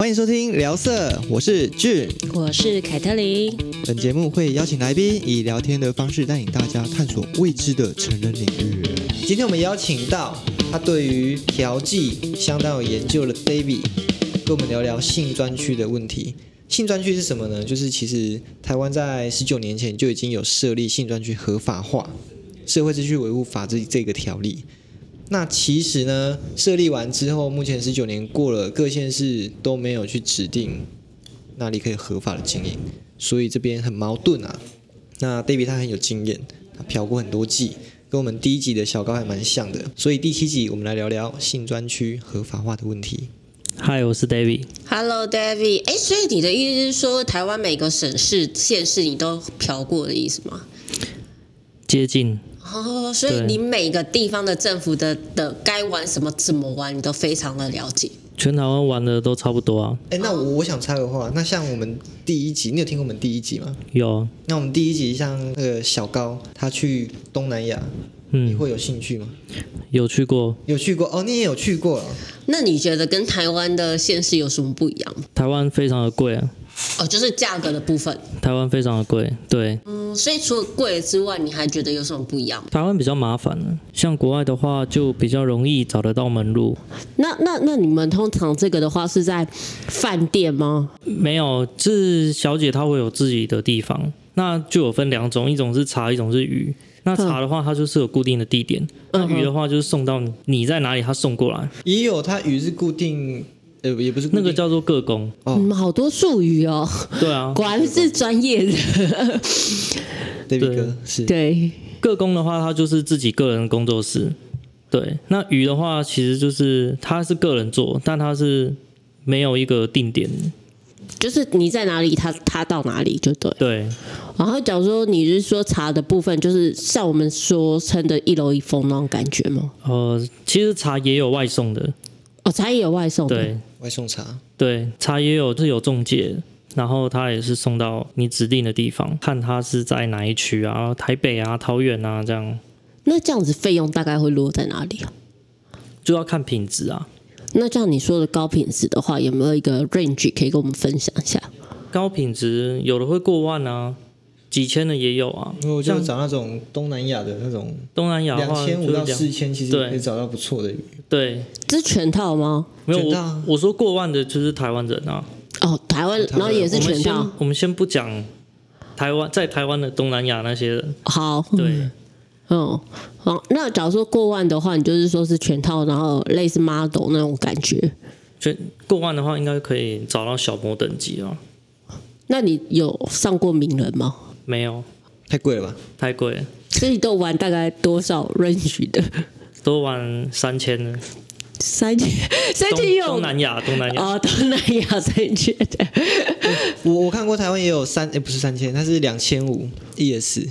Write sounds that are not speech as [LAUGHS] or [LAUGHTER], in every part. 欢迎收听聊色，我是俊。我是凯特琳，本节目会邀请来宾以聊天的方式带领大家探索未知的成人领域。今天我们邀请到他对于调剂相当有研究的 David，跟我们聊聊性专区的问题。性专区是什么呢？就是其实台湾在十九年前就已经有设立性专区合法化《社会秩序维护法》这这个条例。那其实呢，设立完之后，目前十九年过了，各县市都没有去指定那里可以合法的经营，所以这边很矛盾啊。那 David 他很有经验，他嫖过很多季，跟我们第一集的小高还蛮像的。所以第七集我们来聊聊性专区合法化的问题。嗨，我是 David。 Hello David，哎、所以你的意思是说，台湾每个省市、县市你都嫖过的意思吗？接近哦，所以对你每个地方的政府的的该玩什么、怎么玩，你都非常的了解。全台湾玩的都差不多啊，哎，那我我想插个话，那像我们第一集，你有听过我们第一集吗？有啊，那我们第一集像那个小高，他去东南亚，你嗯，会有兴趣吗？有去过有去过哦，你也有去过了。那你觉得跟台湾的县市有什么不一样吗？台湾，非常的贵啊，哦，就是价格的部分。台湾非常的贵，对，嗯，所以除了贵之外，你还觉得有什么不一样吗？台湾比较麻烦啊，像国外的话就比较容易找得到门路，那那那你们通常这个的话是在饭店吗？没有，是小姐她会有自己的地方，那就有分两种，一种是茶，一种是鱼。那茶的话，它就是有固定的地点；那鱼的话，就是送到你你在哪里，它送过来，也有它鱼是固定，呃，也不是固那定个叫做个工。哦你们嗯好多术语哦，对啊，果然是专业的。 David 对哥是对，个工的话，它就是自己个人工作室。对，那鱼的话，其实就是它是个人做，但它是没有一个定点。就是你在哪里，他他到哪里就对。对，然后假如说你是说茶的部分，就是像我们说称的一楼一封那种感觉吗？呃，其实茶也有外送的，哦，茶也有外送的，对外送茶。对，茶也有就是有中介，然后它也是送到你指定的地方，看它是在哪一区啊，台北啊、桃园啊这样，那这样子费用大概会落在哪里啊？就要看品质啊。那这样你说的高品质的话，有没有一个 range 可以跟我们分享一下？高品质有的会过万啊，几千的也有啊。因为我就找那种东南亚的那种东南亚的两话千就五是到两四千，其实也可以找到不错的鱼。对，这是全套吗？没有全套啊我我说过万的就是台湾人啊。哦，台湾，台湾然后也我是们全先套。我们先不讲台湾，在台湾的东南亚那些人，好，对，嗯，好，那假如说过万的话，你就是说是全套，然后类似 model 那种感觉。就过万的话，应该可以找到小模等级啊。那你有上过名人吗？没有，太贵了吧？太贵了，所以你都玩大概多少 range 的？ [LAUGHS] 都玩三千的。三千，三东千有东南亚，东南亚，啊哦，东南亚三千的，我我看过台湾也有三，哎，不是三千，它是两千五，E ES。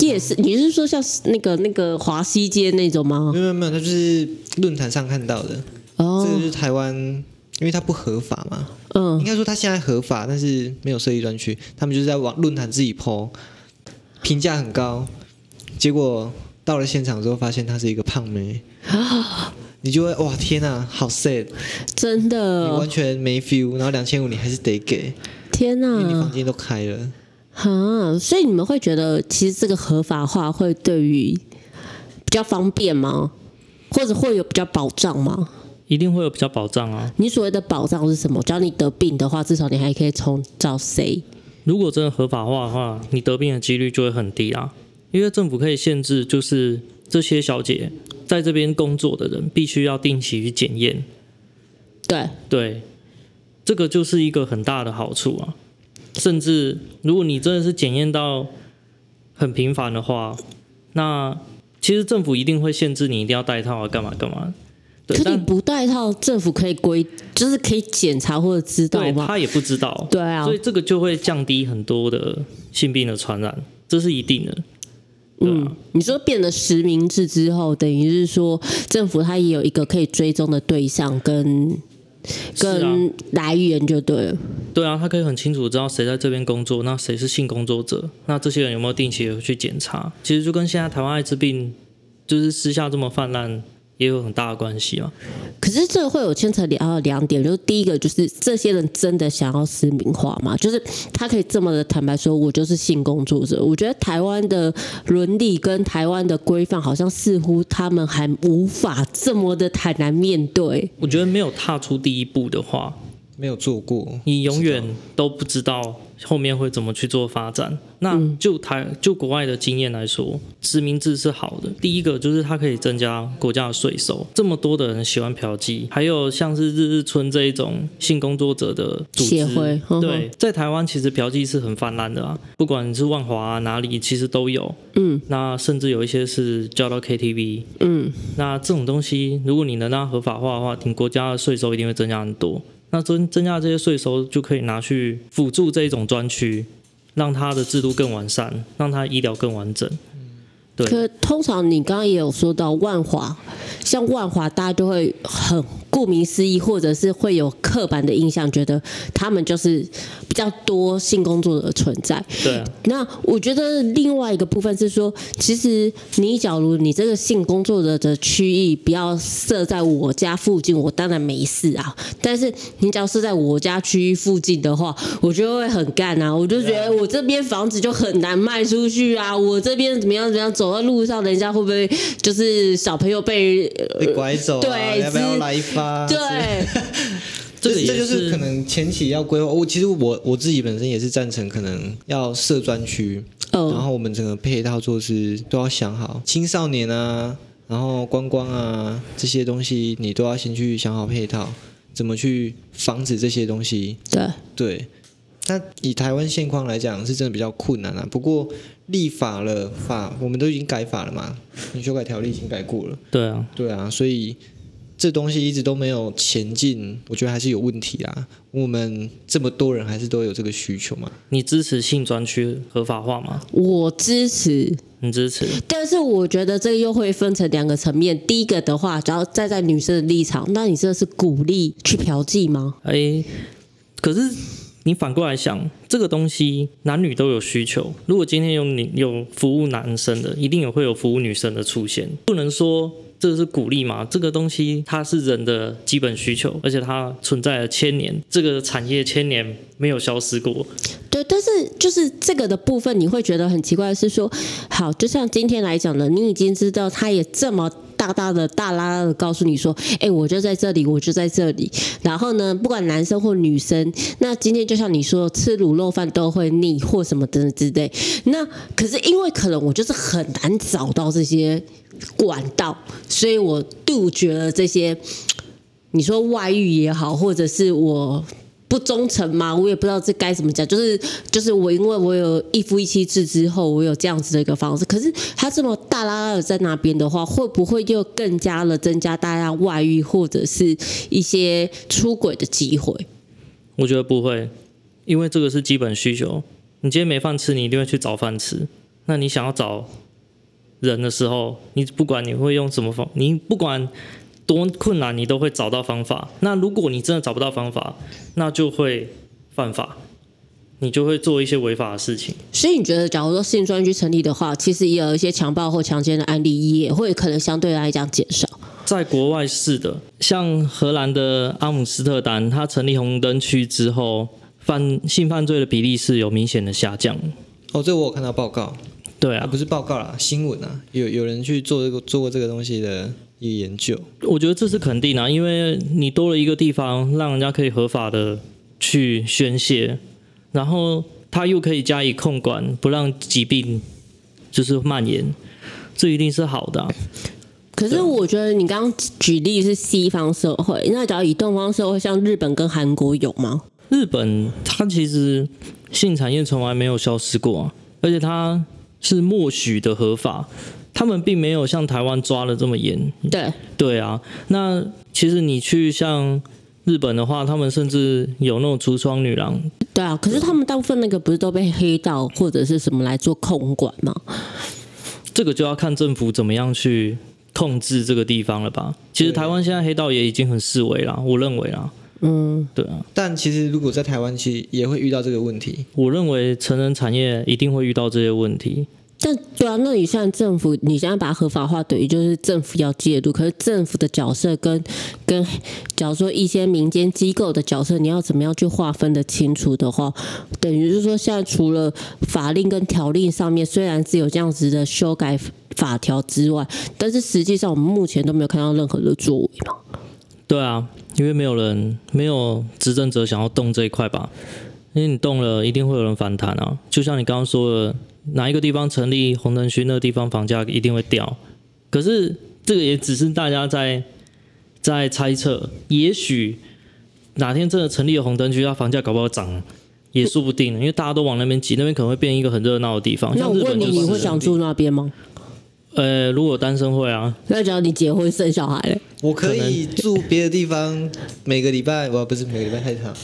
夜市，你是说像那个那个华西街那种吗没？有没有没有，它就是论坛上看到的。这个哦就，是台湾，因为它不合法嘛，应哦嗯，该说它现在合法，但是没有设立专区，他们就是在网论坛自己 PO，评价很高，结果到了现场之后发现她是一个胖 [LAUGHS] 妹，你就会哇天哪、好 sad，真你嗯的完，全没 feel，然后两千五你还是得给，天因为嗯你哪房，间都开了。哈，所以你们会觉得其实这个合法化会对于比较方便吗？或者会有比较保障吗？一定会有比较保障啊。你所谓的保障是什么？只要你得病的话，至少你还可以从找谁？如果真的合法化的话，你得病的几率就会很低啊，因为政府可以限制，就是这些小姐在这边工作的人必须要定期去检验。对，对，这个就是一个很大的好处啊。甚至如果你真的是检验到很频繁的话，那其实政府一定会限制你一定要戴套啊，干嘛干嘛。对，可你但不戴套，政府可以规，就是可以检查或者知道对吗？他也不知道，对啊所，以这个就会降低很多的性病的传染，这是一定的。对啊，嗯，你说变了实名制之后，等于是说政府它也有一个可以追踪的对象跟是啊跟来源就对了。对啊，他可以很清楚知道谁在这边工作，那谁是性工作者，那这些人有没有定期的去检查？其实就跟现在台湾艾滋病就是私下这么泛滥，也有很大的关系啊。可是这个会有牵扯到两点，就是第一个就是这些人真的想要私民化嘛？就是他可以这么的坦白说，我就是性工作者。我觉得台湾的伦理跟台湾的规范，好像似乎他们还无法这么的坦然面对。我觉得没有踏出第一步的话，没有做过，你永远都不知道后面会怎么去做发展。那就台就国外的经验来说，实名制是好的。第一个就是它可以增加国家的税收，这么多的人喜欢嫖妓，还有像是日日春这一种性工作者的组织协会嗯呵呵对，在台湾其实嫖妓是很泛滥的啊，不管你是万华、啊、哪里，其实都有。嗯那甚至有一些是叫到 KTV，嗯，那这种东西，如果你能让它合法化的话，你国家的税收一定会增加很多。那增增加这些税收，就可以拿去辅助这一种专区，让它的制度更完善，让它医疗更完整。对可通常你刚刚也有说到万华，像万华，大家就会很顾名思义，或者是会有刻板的印象，觉得他们就是比较多性工作者的存在。对啊，那我觉得另外一个部分是说，其实你假如你这个性工作者的区域不要设在我家附近，我当然没事啊。但是你只要设在我家区域附近的话，我就会很干啊，我就觉得我这边房子就很难卖出去啊，我这边怎么样怎么样，走在路上，人家会不会就是小朋友被、呃被拐走、啊，对要不要之来一发？对，这个这也就是可能前期要规划。我其实我我自己本身也是赞成，可能要设专区，然嗯后我们整个配套措施都要想好，青少年啊，然后观光啊这些东西，你都要先去想好配套，怎么去防止这些东西。对，对，那以台湾现况来讲，是真的比较困难啊。不过立法了，法我们都已经改法了嘛，你修改条例已经改过了，对啊，对啊，所以这东西一直都没有前进，我觉得还是有问题啦。我们这么多人还是都有这个需求嘛，你支持性专区合法化吗？我支持。你支持？但是我觉得这个又会分成两个层面。第一个的话，只要站在女生的立场，那你这是鼓励去嫖妓吗？哎、可是你反过来想，这个东西男女都有需求。如果今天有女有服务男生的，一定也会有服务女生的出现，不能说。这是鼓励嘛？这个东西它是人的基本需求，而且它存在了千年，这个产业千年没有消失过。对，但是就是这个的部分，你会觉得很奇怪，是说，好，就像今天来讲的，你已经知道，他也这么大大的、大拉拉的告诉你说，哎，我就在这里，我就在这里。然后呢，不管男生或女生，那今天就像你说，吃卤肉饭都会腻或什么的之类。那可是因为可能我就是很难找到这些管道，所以我杜绝了这些。你说外遇也好，或者是我不忠诚嘛，我也不知道这该怎么讲。就是就是我因为我有一夫一妻制之后，我有这样子的一个方式。可是他这么大拉拉的在那边的话，会不会又更加的增加大家外遇或者是一些出轨的机会？我觉得不会，因为这个是基本需求。你今天没饭吃，你一定会去找饭吃。那你想要找人的时候，你不管你会用什么方，你不管多困难，你都会找到方法。那如果你真的找不到方法，那就会犯法，你就会做一些违法的事情。所以你觉得，假如说性专区成立的话，其实也有一些强暴或强奸的案例，也会可能相对来讲减少。在国外是的，像荷兰的阿姆斯特丹，它成立红灯区之后，犯性犯罪的比例是有明显的下降。哦，这我有看到报告，对啊啊，，不是报告啦，新闻啊，有有人去做这个做过这个东西的一个研究，我觉得这是肯定啊，因为你多了一个地方，让人家可以合法的去宣泄，然后他又可以加以控管，不让疾病就是蔓延，这一定是好的啊、可是我觉得你刚刚举例是西方社会，那假如以东方社会，像日本跟韩国有吗？日本它其实性产业从来没有消失过、啊，而且它是默许的合法，他们并没有像台湾抓的这么严，对，对啊，那其实你去像日本的话，他们甚至有那种橱窗女郎，对啊，可是他们大部分那个不是都被黑道或者是什么来做控管吗？这个就要看政府怎么样去控制这个地方了吧。其实对台湾现在黑道也已经很示威啦，我认为啦，嗯，对啊，但其实如果在台湾，其实也会遇到这个问题。我认为成人产业一定会遇到这些问题。但对啊，那你现在政府，你现在把它合法化，等于就是政府要介入。可是政府的角色跟跟，假如说一些民间机构的角色，你要怎么样去划分的清楚的话，等于就是说，现在除了法令跟条令上面，虽然是有这样子的修改法条之外，但是实际上我们目前都没有看到任何的作为嘛。对啊，因为没有人没有执政者想要动这一块吧？因为你动了，一定会有人反弹啊。就像你刚刚说的，哪一个地方成立红灯区，那个地方房价一定会掉。可是这个也只是大家在在猜测，也许哪天真的成立了红灯区，它房价搞不好涨。也说不定，因为大家都往那边挤，那边可能会变一个很热闹的地方。那像我日本问你，就是你会想住那边吗？呃，如果单身会啊，那假如你结婚生小孩嘞？我可以住别的地方，每个礼拜，我不是每个礼拜太长，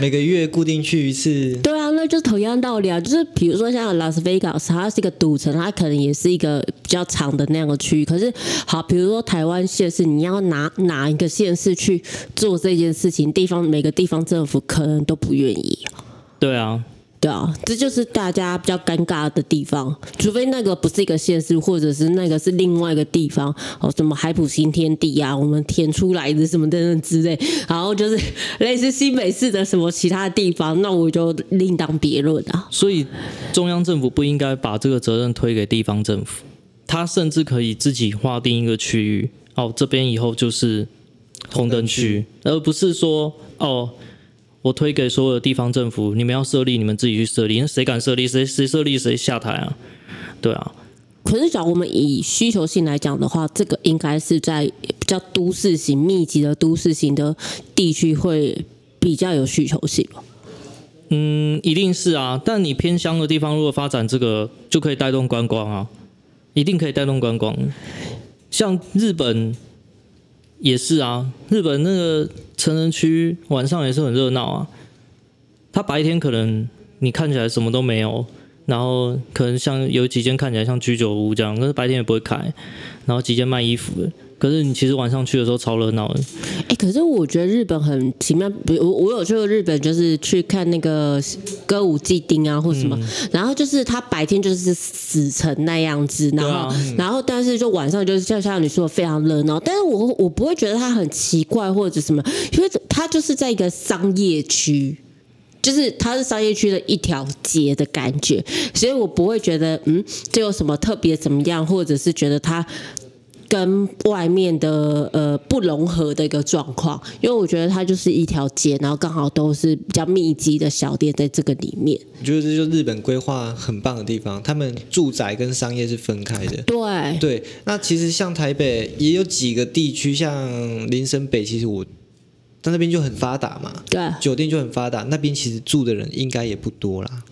每个月固定去一次。对啊，那就是同样道理啊，就是比如说像拉斯维加斯，它是一个赌城，它可能也是一个比较长的那样的区域。可是，好，比如说台湾县市，你要拿哪一个县市去做这件事情，地方每个地方政府可能都不愿意啊、对啊，对啊，这就是大家比较尴尬的地方，除非那个不是一个县市，或者是那个是另外一个地方哦，什么海普新天地啊，我们填出来的什么等等之类，然后就是 [LAUGHS] 类似新北市的什么其他地方，那我就另当别论啊。所以中央政府不应该把这个责任推给地方政府，他甚至可以自己划定一个区域，哦，这边以后就是红灯区，而不是说哦，我推给所有的地方政府，你们要设立，你们自己去设立，那谁敢设立，谁谁设立谁下台啊？对啊，可是，假如我们以需求性来讲的话，这个应该是在比较都市型、密集的都市型的地区会比较有需求性吧。嗯，一定是啊，但你偏乡的地方如果发展这个，就可以带动观光啊，一定可以带动观光。像日本也是啊，日本那个成人区晚上也是很热闹啊。它白天可能你看起来什么都没有，然后可能像有几间看起来像居酒屋这样，但是白天也不会开，然后几间卖衣服的，可是你其实晚上去的时候超热闹的。哎、可是我觉得日本很奇妙，比我我有去过日本，就是去看那个歌舞伎町啊，或什么，然后就是他白天就是死成那样子，然后、对然后但是就晚上就是像像你说的非常热闹，但是我我不会觉得它很奇怪或者什么，因为它就是在一个商业区。就是它是商业区的一条街的感觉，所以我不会觉得嗯，这有什么特别怎么样，或者是觉得它跟外面的呃不融合的一个状况，因为我觉得它就是一条街，然后刚好都是比较密集的小店在这个里面。我觉得这就是日本规划很棒的地方，他们住宅跟商业是分开的。对，对，那其实像台北也有几个地区，像林森北，其实我在那边就很发达嘛，对，酒店就很发达，那边其实住的人应该也不多 [LAUGHS] 啦。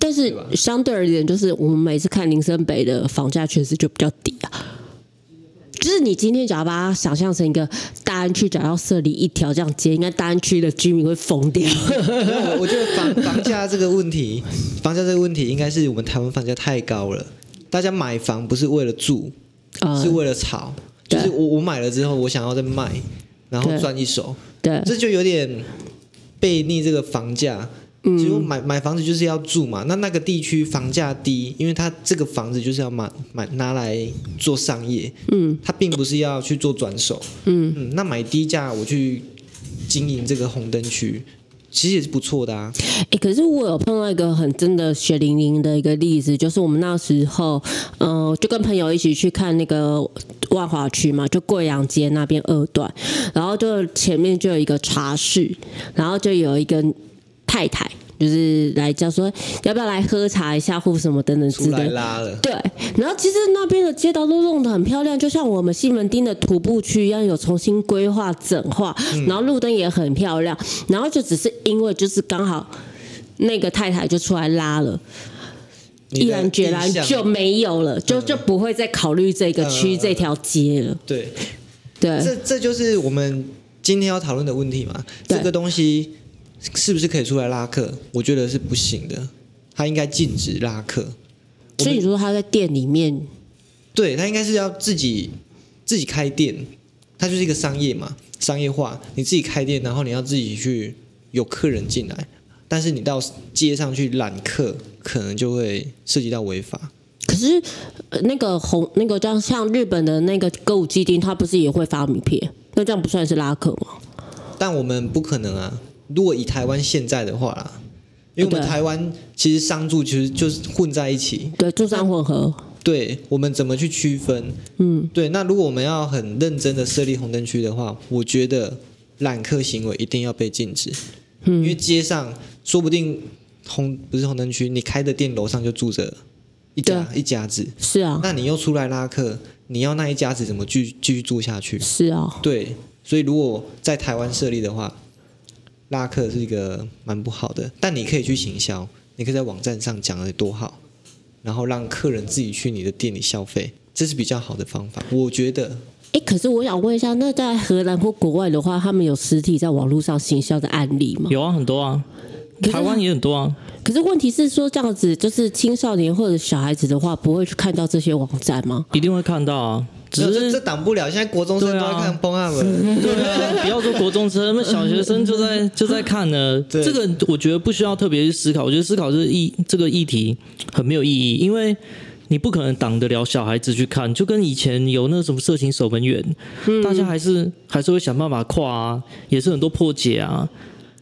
但是相对而言，就是我们每次看林森北的房价确实就比较低啊。就是你今天只要把它想象成一个大安区，只要设立一条这样街，应该大安区的居民会疯 [LAUGHS] 掉。没有我我觉得房房价这个问题，房价这个问题应该是我们台湾房价太高了，大家买房不是为了住，呃是，为了炒，就对是我我买了之后，我想要再卖，然后对赚一手，对，这就有点背逆这个房价。嗯其实我买买房子就是要住嘛，那那个地区房价低，因为它这个房子就是要买买拿来做商业，嗯它并不是要去做转手。嗯，嗯，那买低价我去经营这个红灯区，其实也是不错的啊。哎、可是我有碰到一个很真的血淋淋的一个例子，就是我们那时候，呃，就跟朋友一起去看那个万华区嘛，就贵阳街那边二段，然后就前面就有一个茶室，然后就有一个太太。就是来叫说要不要来喝茶一下或什么等等之出来类，拉了，对，然后其实那边的街道都弄得很漂亮，就像我们西门町的徒步区一样，有重新规划整化，嗯然后路灯也很漂亮，然后就只是因为就是刚好那个太太就出来拉了，你的毅然决然印象就没有了，就就不会再考虑这个嗯嗯嗯区嗯这条街了，对，对这这就是我们今天要讨论的问题嘛。对这个东西是不是可以出来拉客？我觉得是不行的，它应该禁止拉客。所以你说他在店里面，对，它应该是要自己自己开店，它就是一个商业嘛，商业化。你自己开店，然后你要自己去有客人进来，但是你到街上去揽客，可能就会涉及到违法。可是呃那个红那个像像日本的那个歌舞伎町，它不是也会发名片？那这样不算是拉客吗？但我们不可能啊！如果以台湾现在的话啦，因为我们对台湾其实商住其实就是混在一起，对，住商混合，对我们怎么去区分？嗯，对，那如果我们要很认真的设立红灯区的话，我觉得揽客行为一定要被禁止，因为街上说不定红不是红灯区，你开的店楼上就住着一家一家子，是啊，那你又出来拉客，你要那一家子怎么继继续住下去？是啊，对，所以如果在台湾设立的话，拉客是一个蛮不好的，但你可以去行销，你可以在网站上讲的多好，然后让客人自己去你的店里消费，这是比较好的方法，我觉得。哎，可是我想问一下，那在荷兰或国外的话，他们有实体在网络上行销的案例吗？有啊，很多啊，可是台湾也很多啊。可是问题是说，这样子就是青少年或者小孩子的话，不会去看到这些网站吗？一定会看到啊，只这这是挡不了，现在国中生都对啊在看崩汉文， [LAUGHS] 对 [LAUGHS] 啊，不要说国中生，那小学生就在就在看了。对这个我觉得不需要特别去思考，我觉得思考这个议这个议题很没有意义，因为。你不可能挡得了小孩子去看，就跟以前有那什么色情守门员，大家还是还是会想办法跨啊，也是很多破解啊，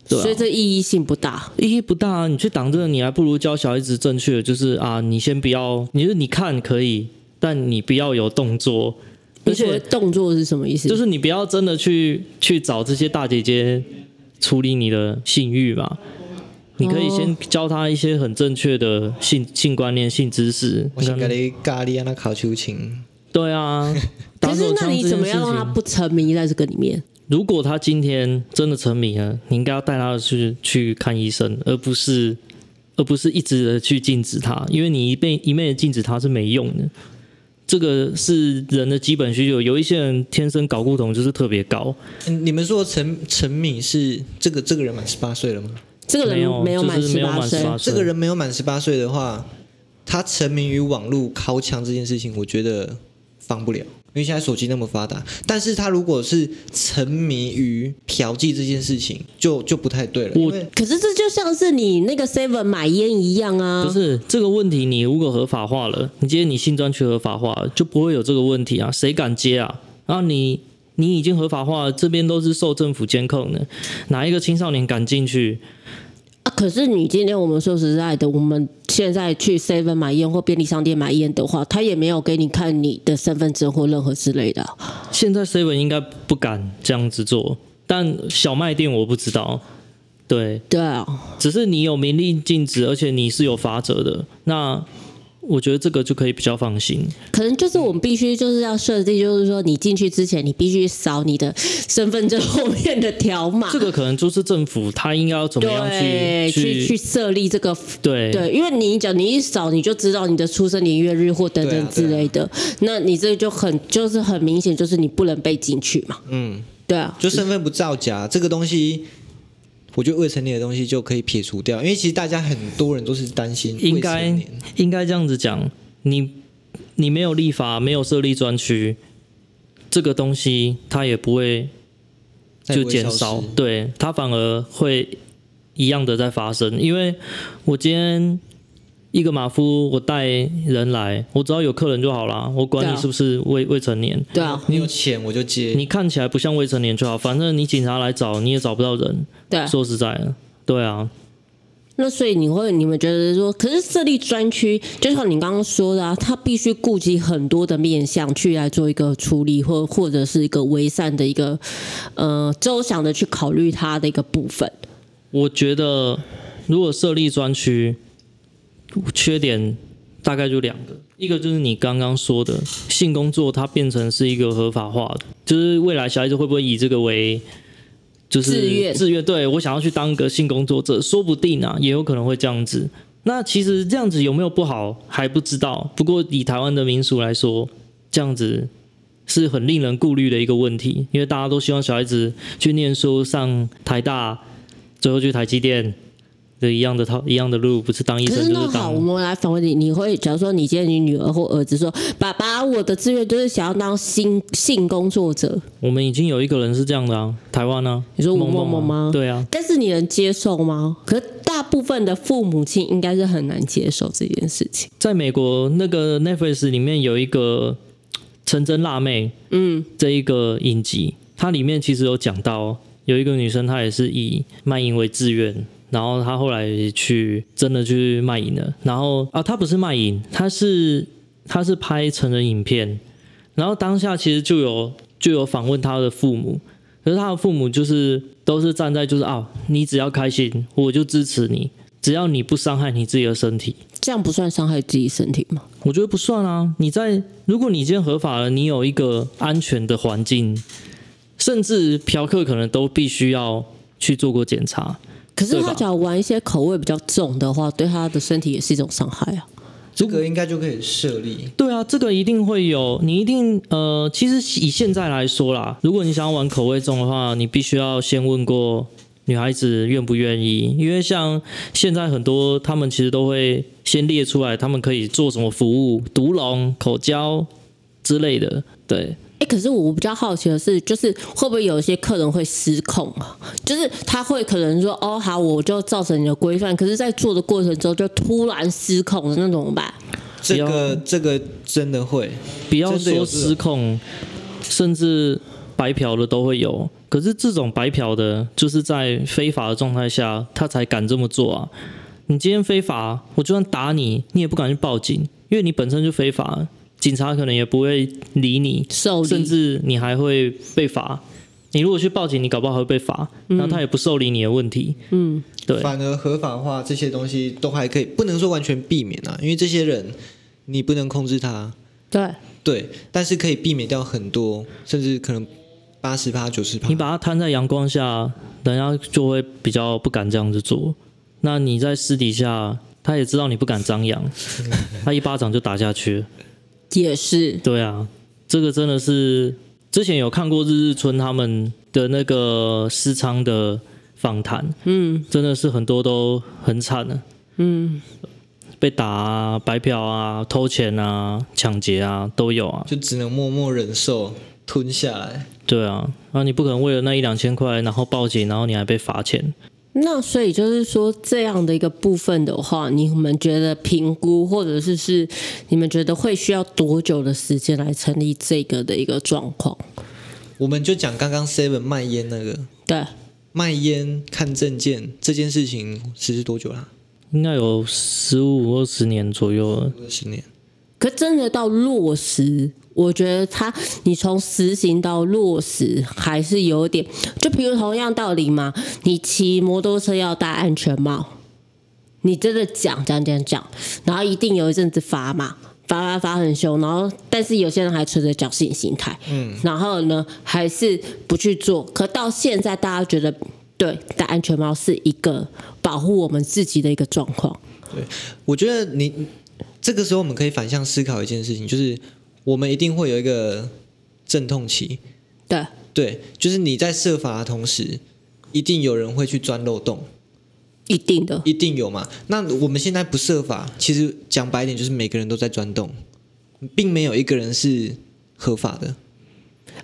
对啊所以这意义性不大。意义不大啊。你去挡这个，你还不如教小孩子正确的，就是啊，你先不要，你就是你看可以，但你不要有动作，而你所且谓动作是什么意思？就是你不要真的去去找这些大姐姐处理你的性欲嘛。你可以哦先教她一些很正确的性性观念、性知识。我想给你咖喱让他烤秋情，[LAUGHS] 对啊，打可手是那枪你怎这件么事样让他情，不沉迷在这个里面？如果她今天真的沉迷了，你应该要带她去去看医生，而不是而不是一直的去禁止她，因为你一昧一昧的禁止她是没用的。这个是人的基本需求，有一些人天生睾固酮就是特别高，嗯你们说陈陈敏是这个这个人满十八岁了吗？这个没有人没有满啊就是没十有八满岁18，这个人没有满十八岁的话，他沉迷于网络靠墙这件事情，我觉得防不了，因为现在手机那么发达。但是他如果是沉迷于嫖妓这件事情，就就不太对了。因为可是这就像是你那个 seven 买烟一样啊不。是这个问题，你如果合法化了，你今天你性专区合法化了，就不会有这个问题啊，谁敢接啊？然后你你已经合法化了，这边都是受政府监控的，哪一个青少年敢进去？啊，可是你今天我们说实在的，我们现在去 seven 买烟或便利商店买烟的话，他也没有给你看你的身份证或任何之类的啊、现在 seven 应该不敢这样子做，但小卖店我不知道。对，对啊，只是你有明令禁止，而且你是有法则的，那我觉得这个就可以比较放心。可能就是我们必须就是要设计，就是说你进去之前，你必须扫你的身份证后面的条码。这个可能就是政府他应该要怎么样对，去去去设立这个对对，因为你一讲你一扫，你就知道你的出生年月日或等对啊等之类的，啊那你这就很就是很明显，就是你不能被进去嘛。嗯，对啊，就身份不造假这个东西。我觉得未成年的东西就可以撇除掉，因为其实大家很多人都是担心应未该成年，应该这样子讲，你你没有立法，没有设立专区，这个东西它也不会它也就不会减消少失，对它反而会一样的在发生。因为我今天一个马夫，我带人来，我只要有客人就好啦，我管对你啊是不是未未成年，对啊，你有钱我就接，你看起来不像未成年就好，反正你警察来找你也找不到人。对啊。说实在的，对啊，那所以你会你们觉得说，可是设立专区，就像你刚刚说的啊，它必须顾及很多的面向去来做一个处理，或或者是一个为善的一个呃周详的去考虑它的一个部分。我觉得如果设立专区，缺点大概就两个，一个就是你刚刚说的性工作，它变成是一个合法化的，就是未来小孩子会不会以这个为就是自愿自愿？对我想要去当个性工作者，说不定啊，也有可能会这样子。那其实这样子有没有不好还不知道，不过以台湾的民俗来说，这样子是很令人顾虑的一个问题，因为大家都希望小孩子去念书，上台大，最后去台积电，的一样的套一样的路，不是当医可生是就那是好，我当们来访问你，你会假如说你今天你女儿或儿子说：“爸爸，我的志愿就是想要当性性工作者。我们已经有一个人是这样的啊，台湾啊，你说吴梦梦梦梦啊吗对啊”，但是你能接受吗？可是大部分的父母亲应该是很难接受这件事情。在美国那个 Netflix 里面有一个《成真辣妹》，嗯，这一个影集，它里面其实有讲到有一个女生，她也是以卖淫为志愿，然后她后来去真的去卖淫了，然后啊，她不是卖淫，她是她是拍成人影片，然后当下其实就有就有访问她的父母，可是她的父母就是都是站在就是啊，你只要开心，我就支持你，只要你不伤害你自己的身体。这样不算伤害自己身体吗？我觉得不算啊。你在如果你今天合法了，你有一个安全的环境，甚至嫖客可能都必须要去做过检查。可是对他吧只要玩一些口味比较重的话，对他的身体也是一种伤害啊。这个应该就可以设立。对啊，这个一定会有，你一定呃，其实以现在来说啦，如果你想要玩口味重的话，你必须要先问过女孩子愿不愿意，因为像现在很多他们其实都会先列出来，他们可以做什么服务，毒龙、口交之类的，对。哎、可是我比较好奇的是，就是会不会有一些客人会失控啊？就是他会可能说，哦，好，我就照着你的规范，可是，在做的过程中就突然失控了，那怎么办？这个这个真的会，不要真的有说这种失控，甚至白嫖的都会有。可是这种白嫖的，就是在非法的状态下，他才敢这么做啊！你今天非法，我就算打你，你也不敢去报警，因为你本身就非法，警察可能也不会理你，受甚力？至你还会被罚。你如果去报警，你搞不好还会被罚，然后他也不受理你的问题。嗯，对，反而合法化这些东西都还可以，不能说完全避免啊，因为这些人你不能控制他，对，对，但是可以避免掉很多，甚至可能八十趴、九十趴你。把它摊在阳光下，人家就会比较不敢这样子做。那你在私底下，他也知道你不敢张扬， [LAUGHS] 他一巴掌就打下去了。也是。对啊，这个真的是之前有看过日日春他们的那个私娼的访谈，嗯，真的是很多都很惨的、嗯，被打啊、白嫖啊、偷钱啊、抢劫啊都有啊。就只能默默忍受，吞下来。对啊，那你不可能为了那一两千块，然后报警，然后你还被罚钱。那所以就是说，这样的一个部分的话，你们觉得评估，或者是是你们觉得会需要多久的时间来成立这个的一个状况？我们就讲刚刚 Seven 卖烟那个，对，卖烟看证件这件事情实施多久啦？应该有十五二十年左右了。二十年。可真的到落实，我觉得它你从实行到落实还是有点，就比如同样道理嘛，你骑摩托车要戴安全帽，你真的讲讲讲讲，然后一定有一阵子罚嘛。罚罚罚很凶，然后但是有些人还存着侥幸心态，嗯，然后呢还是不去做。可到现在，大家觉得对戴安全帽是一个保护我们自己的一个状况，我觉得你这个时候我们可以反向思考一件事情，就是我们一定会有一个阵痛期，对，对，就是你在设法的同时，一定有人会去钻漏洞，一定的，一定有嘛。那我们现在不设法，其实讲白一点，就是每个人都在钻洞，并没有一个人是合法的。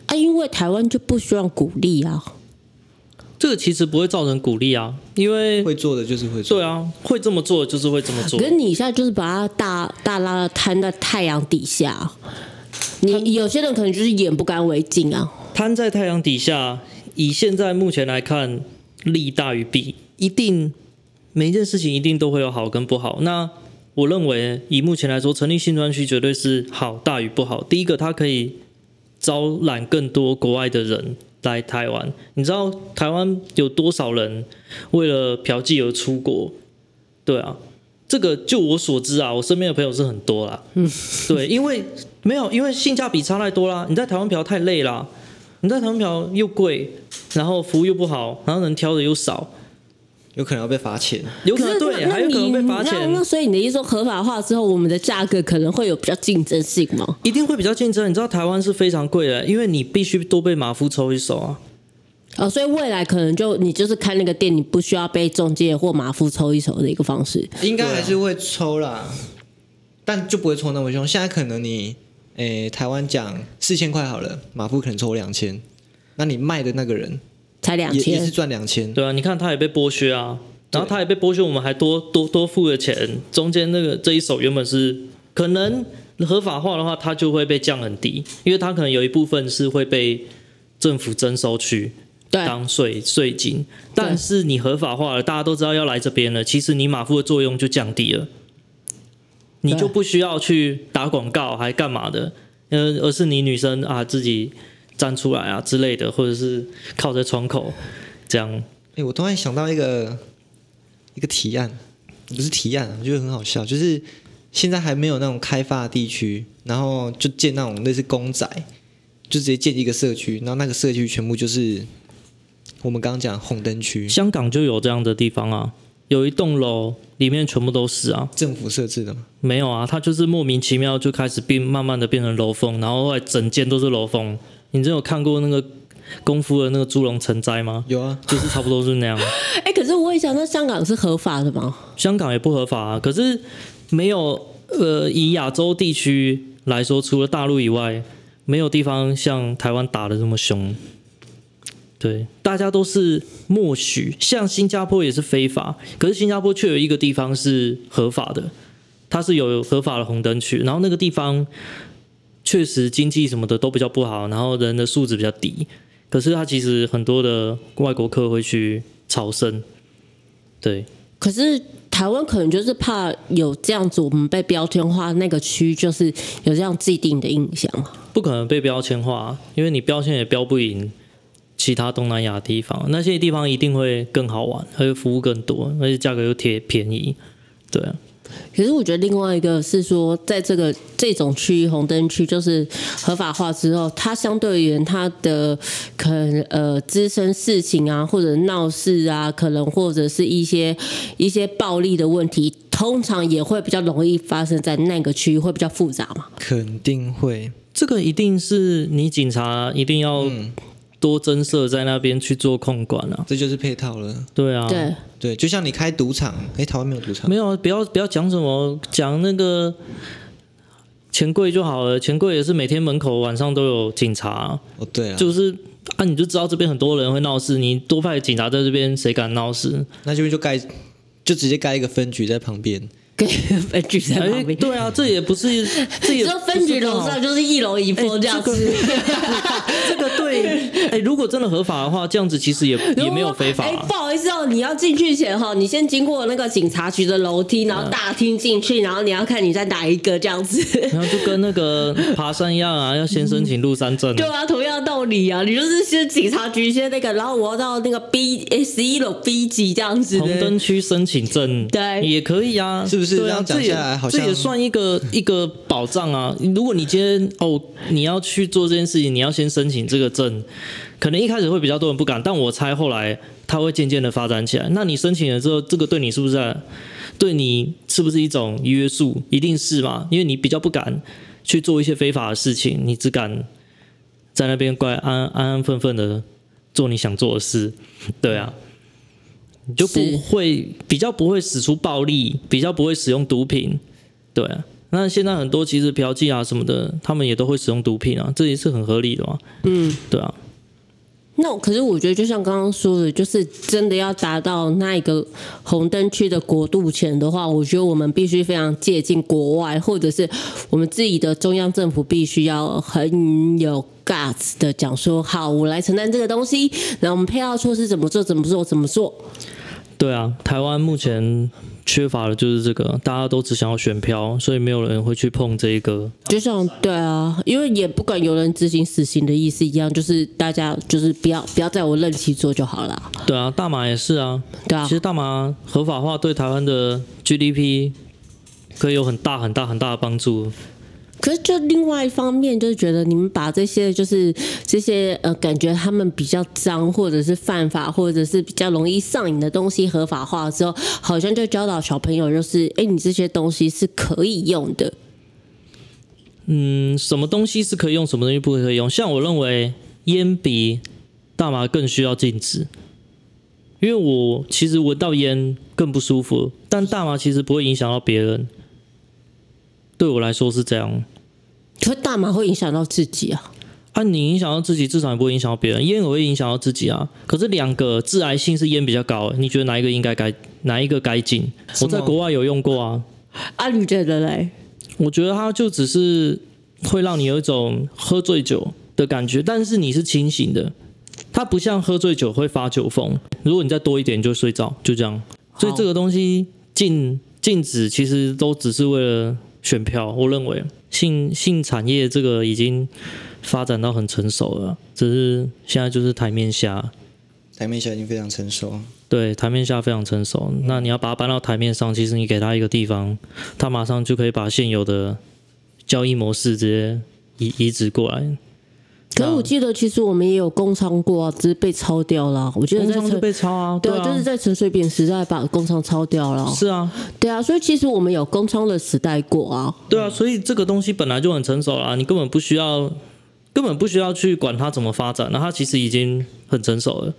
啊，因为台湾就不需要鼓励啊。这个其实不会造成鼓励啊，因为会做的就是会做。对啊，会这么做就是会这么做可。是你现在就是把它大大拉拉摊在太阳底下，你有些人可能就是眼不干为净啊。摊在太阳底下，以现在目前来看，利大于弊，一定每一件事情一定都会有好跟不好。那我认为以目前来说，成立新专区绝对是好大于不好。第一个，它可以招揽更多国外的人来台湾。你知道台湾有多少人为了嫖妓而出国？对啊，这个就我所知啊，我身边的朋友是很多啦。嗯，对，因为没有，因为性价比差太多啦。你在台湾嫖太累啦，你在台湾嫖又贵，然后服务又不好，然后能挑的又少，有可能要被罚钱。有可可是能对，那还有可能被罚那钱你啊那。那所以你的意思说合法化之后，我们的价格可能会有比较竞争性吗？一定会比较竞争。你知道台湾是非常贵的，因为你必须多被马夫抽一手啊。哦，所以未来可能就你就是开那个店，你不需要被中介或马夫抽一手的一个方式。应该还是会抽啦，但就不会抽那么凶。现在可能你，诶、台湾讲四千块好了，马夫可能抽两千，那你卖的那个人才两也也是千，赚两千，对啊，你看他也被剥削啊，然后他也被剥削，我们还多多多付了钱，中间那个这一手原本是可能合法化的话，它就会被降很低，因为它可能有一部分是会被政府征收去对，当税税金，但是你合法化了，大家都知道要来这边了，其实你马夫的作用就降低了，你就不需要去打广告还干嘛的，呃，而是你女生啊自己站出来啊之类的，或者是靠着窗口这样。哎、我突然想到一个一个提案，不是提案啊，我觉得很好笑，就是现在还没有那种开发地区，然后就建那种类似公仔，就直接建一个社区，然后那个社区全部就是我们刚刚讲红灯区，香港就有这样的地方啊，有一栋楼里面全部都是啊，政府设置的嘛。没有啊，它就是莫名其妙就开始变，慢慢的变成楼风，然后后来整间都是楼风。你真有看过那个功夫的那个猪笼成灾吗？有啊，就是差不多是那样，哎、可是我也想，那香港是合法的吗？香港也不合法啊，可是没有呃，以亚洲地区来说，除了大陆以外，没有地方像台湾打的这么凶。对，大家都是默许，像新加坡也是非法，可是新加坡却有一个地方是合法的，它是有合法的红灯区，然后那个地方确实经济什么的都比较不好，然后人的素质比较低，可是它其实很多的外国客会去朝圣，对，可是台湾可能就是怕有这样子，我们被标签化那个区就是有这样既定的印象。不可能被标签化，啊因为你标签也标不赢其他东南亚地方，那些地方一定会更好玩，而且服务更多，而且价格又贴便宜。对啊，可是我觉得另外一个是说，在这个这种区域红灯区就是合法化之后，它相对于它的可能呃滋生事情啊，或者闹事啊，可能或者是一些一些暴力的问题，通常也会比较容易发生在那个区域，会比较复杂嘛。肯定会。这个一定是你警察一定要嗯多增设在那边去做控管啊。这就是配套了。对啊，对， [LAUGHS] 对，就像你开赌场，诶，台湾没有赌场没，有啊，不要不要讲什么讲那个钱柜就好了，钱柜也是每天门口晚上都有警察啊、哦，对啊，就是啊，你就知道这边很多人会闹事，你多派警察在这边，谁敢闹事？那这边就盖，就直接盖一个分局在旁边，跟分局在旁哎，边。对啊，这也不 [LAUGHS] 是，这你也说分局楼上就是一楼一哎波这样子，这个对，哎，如果真的合法的话，这样子其实也 [LAUGHS] 也没有非 [LAUGHS] 法哎、啊不。好意思哦，你要进去前哈，你先经过那个警察局的楼梯，嗯然后大厅进去，然后你要看你在哪一个这样子。然后就跟那个爬山一样啊，要先申请入山证啊。 [LAUGHS] 对啊，同样道理啊，你就是先警察局先那个，然后我要到那个 B 哎十一楼 B 级这样子的。红灯区申请证，对也可以啊，是不是对这啊，样讲这也下来好像这也算一个一个保障啊。如果你今天哦，你要去做这件事情，你要先申请这个证，可能一开始会比较多人不敢，但我猜后来它会渐渐的发展起来。那你申请了之后，这个对你是不是对你是不是一种约束？一定是嘛，因为你比较不敢去做一些非法的事情，你只敢在那边乖安安安分分的做你想做的事，对啊。你就不是会比较不会使出暴力，比较不会使用毒品，对啊、那现在很多其实嫖妓啊什么的，他们也都会使用毒品啊，这也是很合理的嘛。嗯，对啊，那我可是我觉得，就像刚刚说的，就是真的要达到那一个红灯区的国度前的话，我觉得我们必须非常接近国外，或者是我们自己的中央政府必须要很有 guts 的讲说，好，我来承担这个东西，然后我们配套措施怎么做，怎么做，怎么做。对啊，台湾目前缺乏的就是这个，大家都只想要选票，所以没有人会去碰这个。就像对啊，因为也不管有人执行死刑的意思一样，就是大家就是不要不要在我任期做就好了，对啊，大麻也是啊，对啊其，实大麻合法化对台湾的 GDP 可以有很大很大很大的帮助。可是，就另外一方面，就是觉得你们把这些，就是这些呃，感觉他们比较脏，或者是犯法，或者是比较容易上瘾的东西合法化之后，好像就教导小朋友，就是哎、诶你这些东西是可以用的，嗯，什么东西是可以用，什么东西不可以用？像我认为烟比大麻更需要禁止，因为我其实闻到烟更不舒服，但大麻其实不会影响到别人。对我来说是这样，可是大麻会影响到自己啊。啊，你影响到自己，至少也不会影响到别人。烟也会影响到自己啊。可是两个致癌性是烟比较高，你觉得哪一个应该该哪一个该禁？我在国外有用过啊，阿吕觉得嘞，我觉得它就只是会让你有一种喝醉酒的感觉，但是你是清醒的，它不像喝醉酒会发酒疯。如果你再多一点，你就睡着，就这样。所以这个东西禁禁止其实都只是为了选票，我认为性性产业这个已经发展到很成熟了，只是现在就是台面下。台面下已经非常成熟，对，台面下非常成熟。嗯那你要把它搬到台面上，其实你给它一个地方，它马上就可以把现有的交易模式直接移移植过来。可是我记得其实我们也有工商过啊，只是被抄掉了啊。我记得工在商就陈被抄啊，对啊，啊，就是在陈水扁时代把工商抄掉了啊。是啊，对啊，所以其实我们有工商的时代过啊。对啊，所以这个东西本来就很成熟啊啦，你根本不需要，根本不需要去管它怎么发展，那它其实已经很成熟了，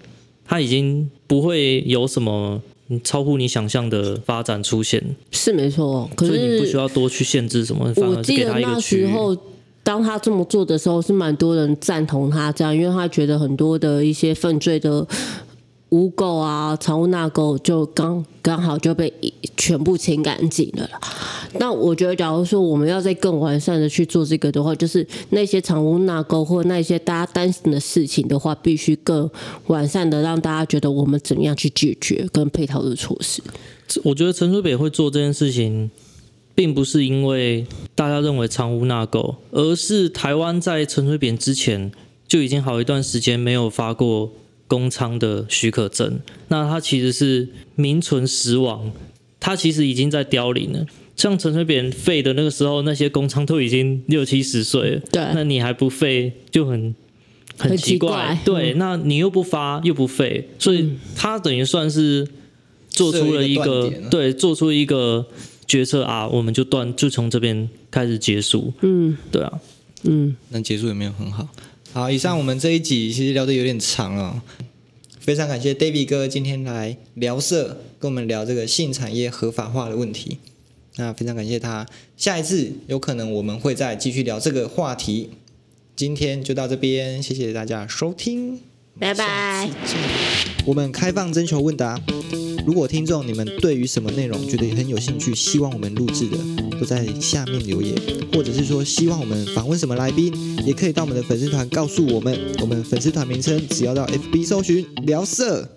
它已经不会有什么超乎你想象的发展出现，是没错，哦可所以你不需是要多去限制什么，反我而是记给得它一那个区时域。候，当他这么做的时候，是蛮多人赞同他这样，因为他觉得很多的一些犯罪的污垢啊、藏污纳垢，就刚刚好就被全部清干净了啦。那我觉得，假如说我们要再更完善的去做这个的话，就是那些藏污纳垢或那些大家担心的事情的话，必须更完善的让大家觉得我们怎么样去解决跟配套的措施。我觉得陈水扁会做这件事情，并不是因为大家认为藏污纳垢，而是台湾在陈水扁之前就已经好一段时间没有发过公仓的许可证，那它其实是名存实亡，它其实已经在凋零了。像陈水扁废的那个时候，那些工厂都已经六七十岁了，对那你还不废就很很很奇奇怪，怪嗯对，那你又不发又不废，所以他等于算是做出了设了一一个个断点啊对，做出一个决策啊，我们就断，就从这边开始结束，嗯对啊，嗯，但结束也没有很好。好，以上我们这一集其实聊得有点长了，非常感谢 David 哥今天来聊色，跟我们聊这个性产业合法化的问题。那非常感谢他，下一次有可能我们会再继续聊这个话题。今天就到这边，谢谢大家收听。拜拜。我们开放征求问答，如果听众你们对于什么内容觉得很有兴趣，希望我们录制的，都在下面留言，或者是说希望我们访问什么来宾，也可以到我们的粉丝团告诉我们。我们粉丝团名称只要到 FB 搜寻聊色。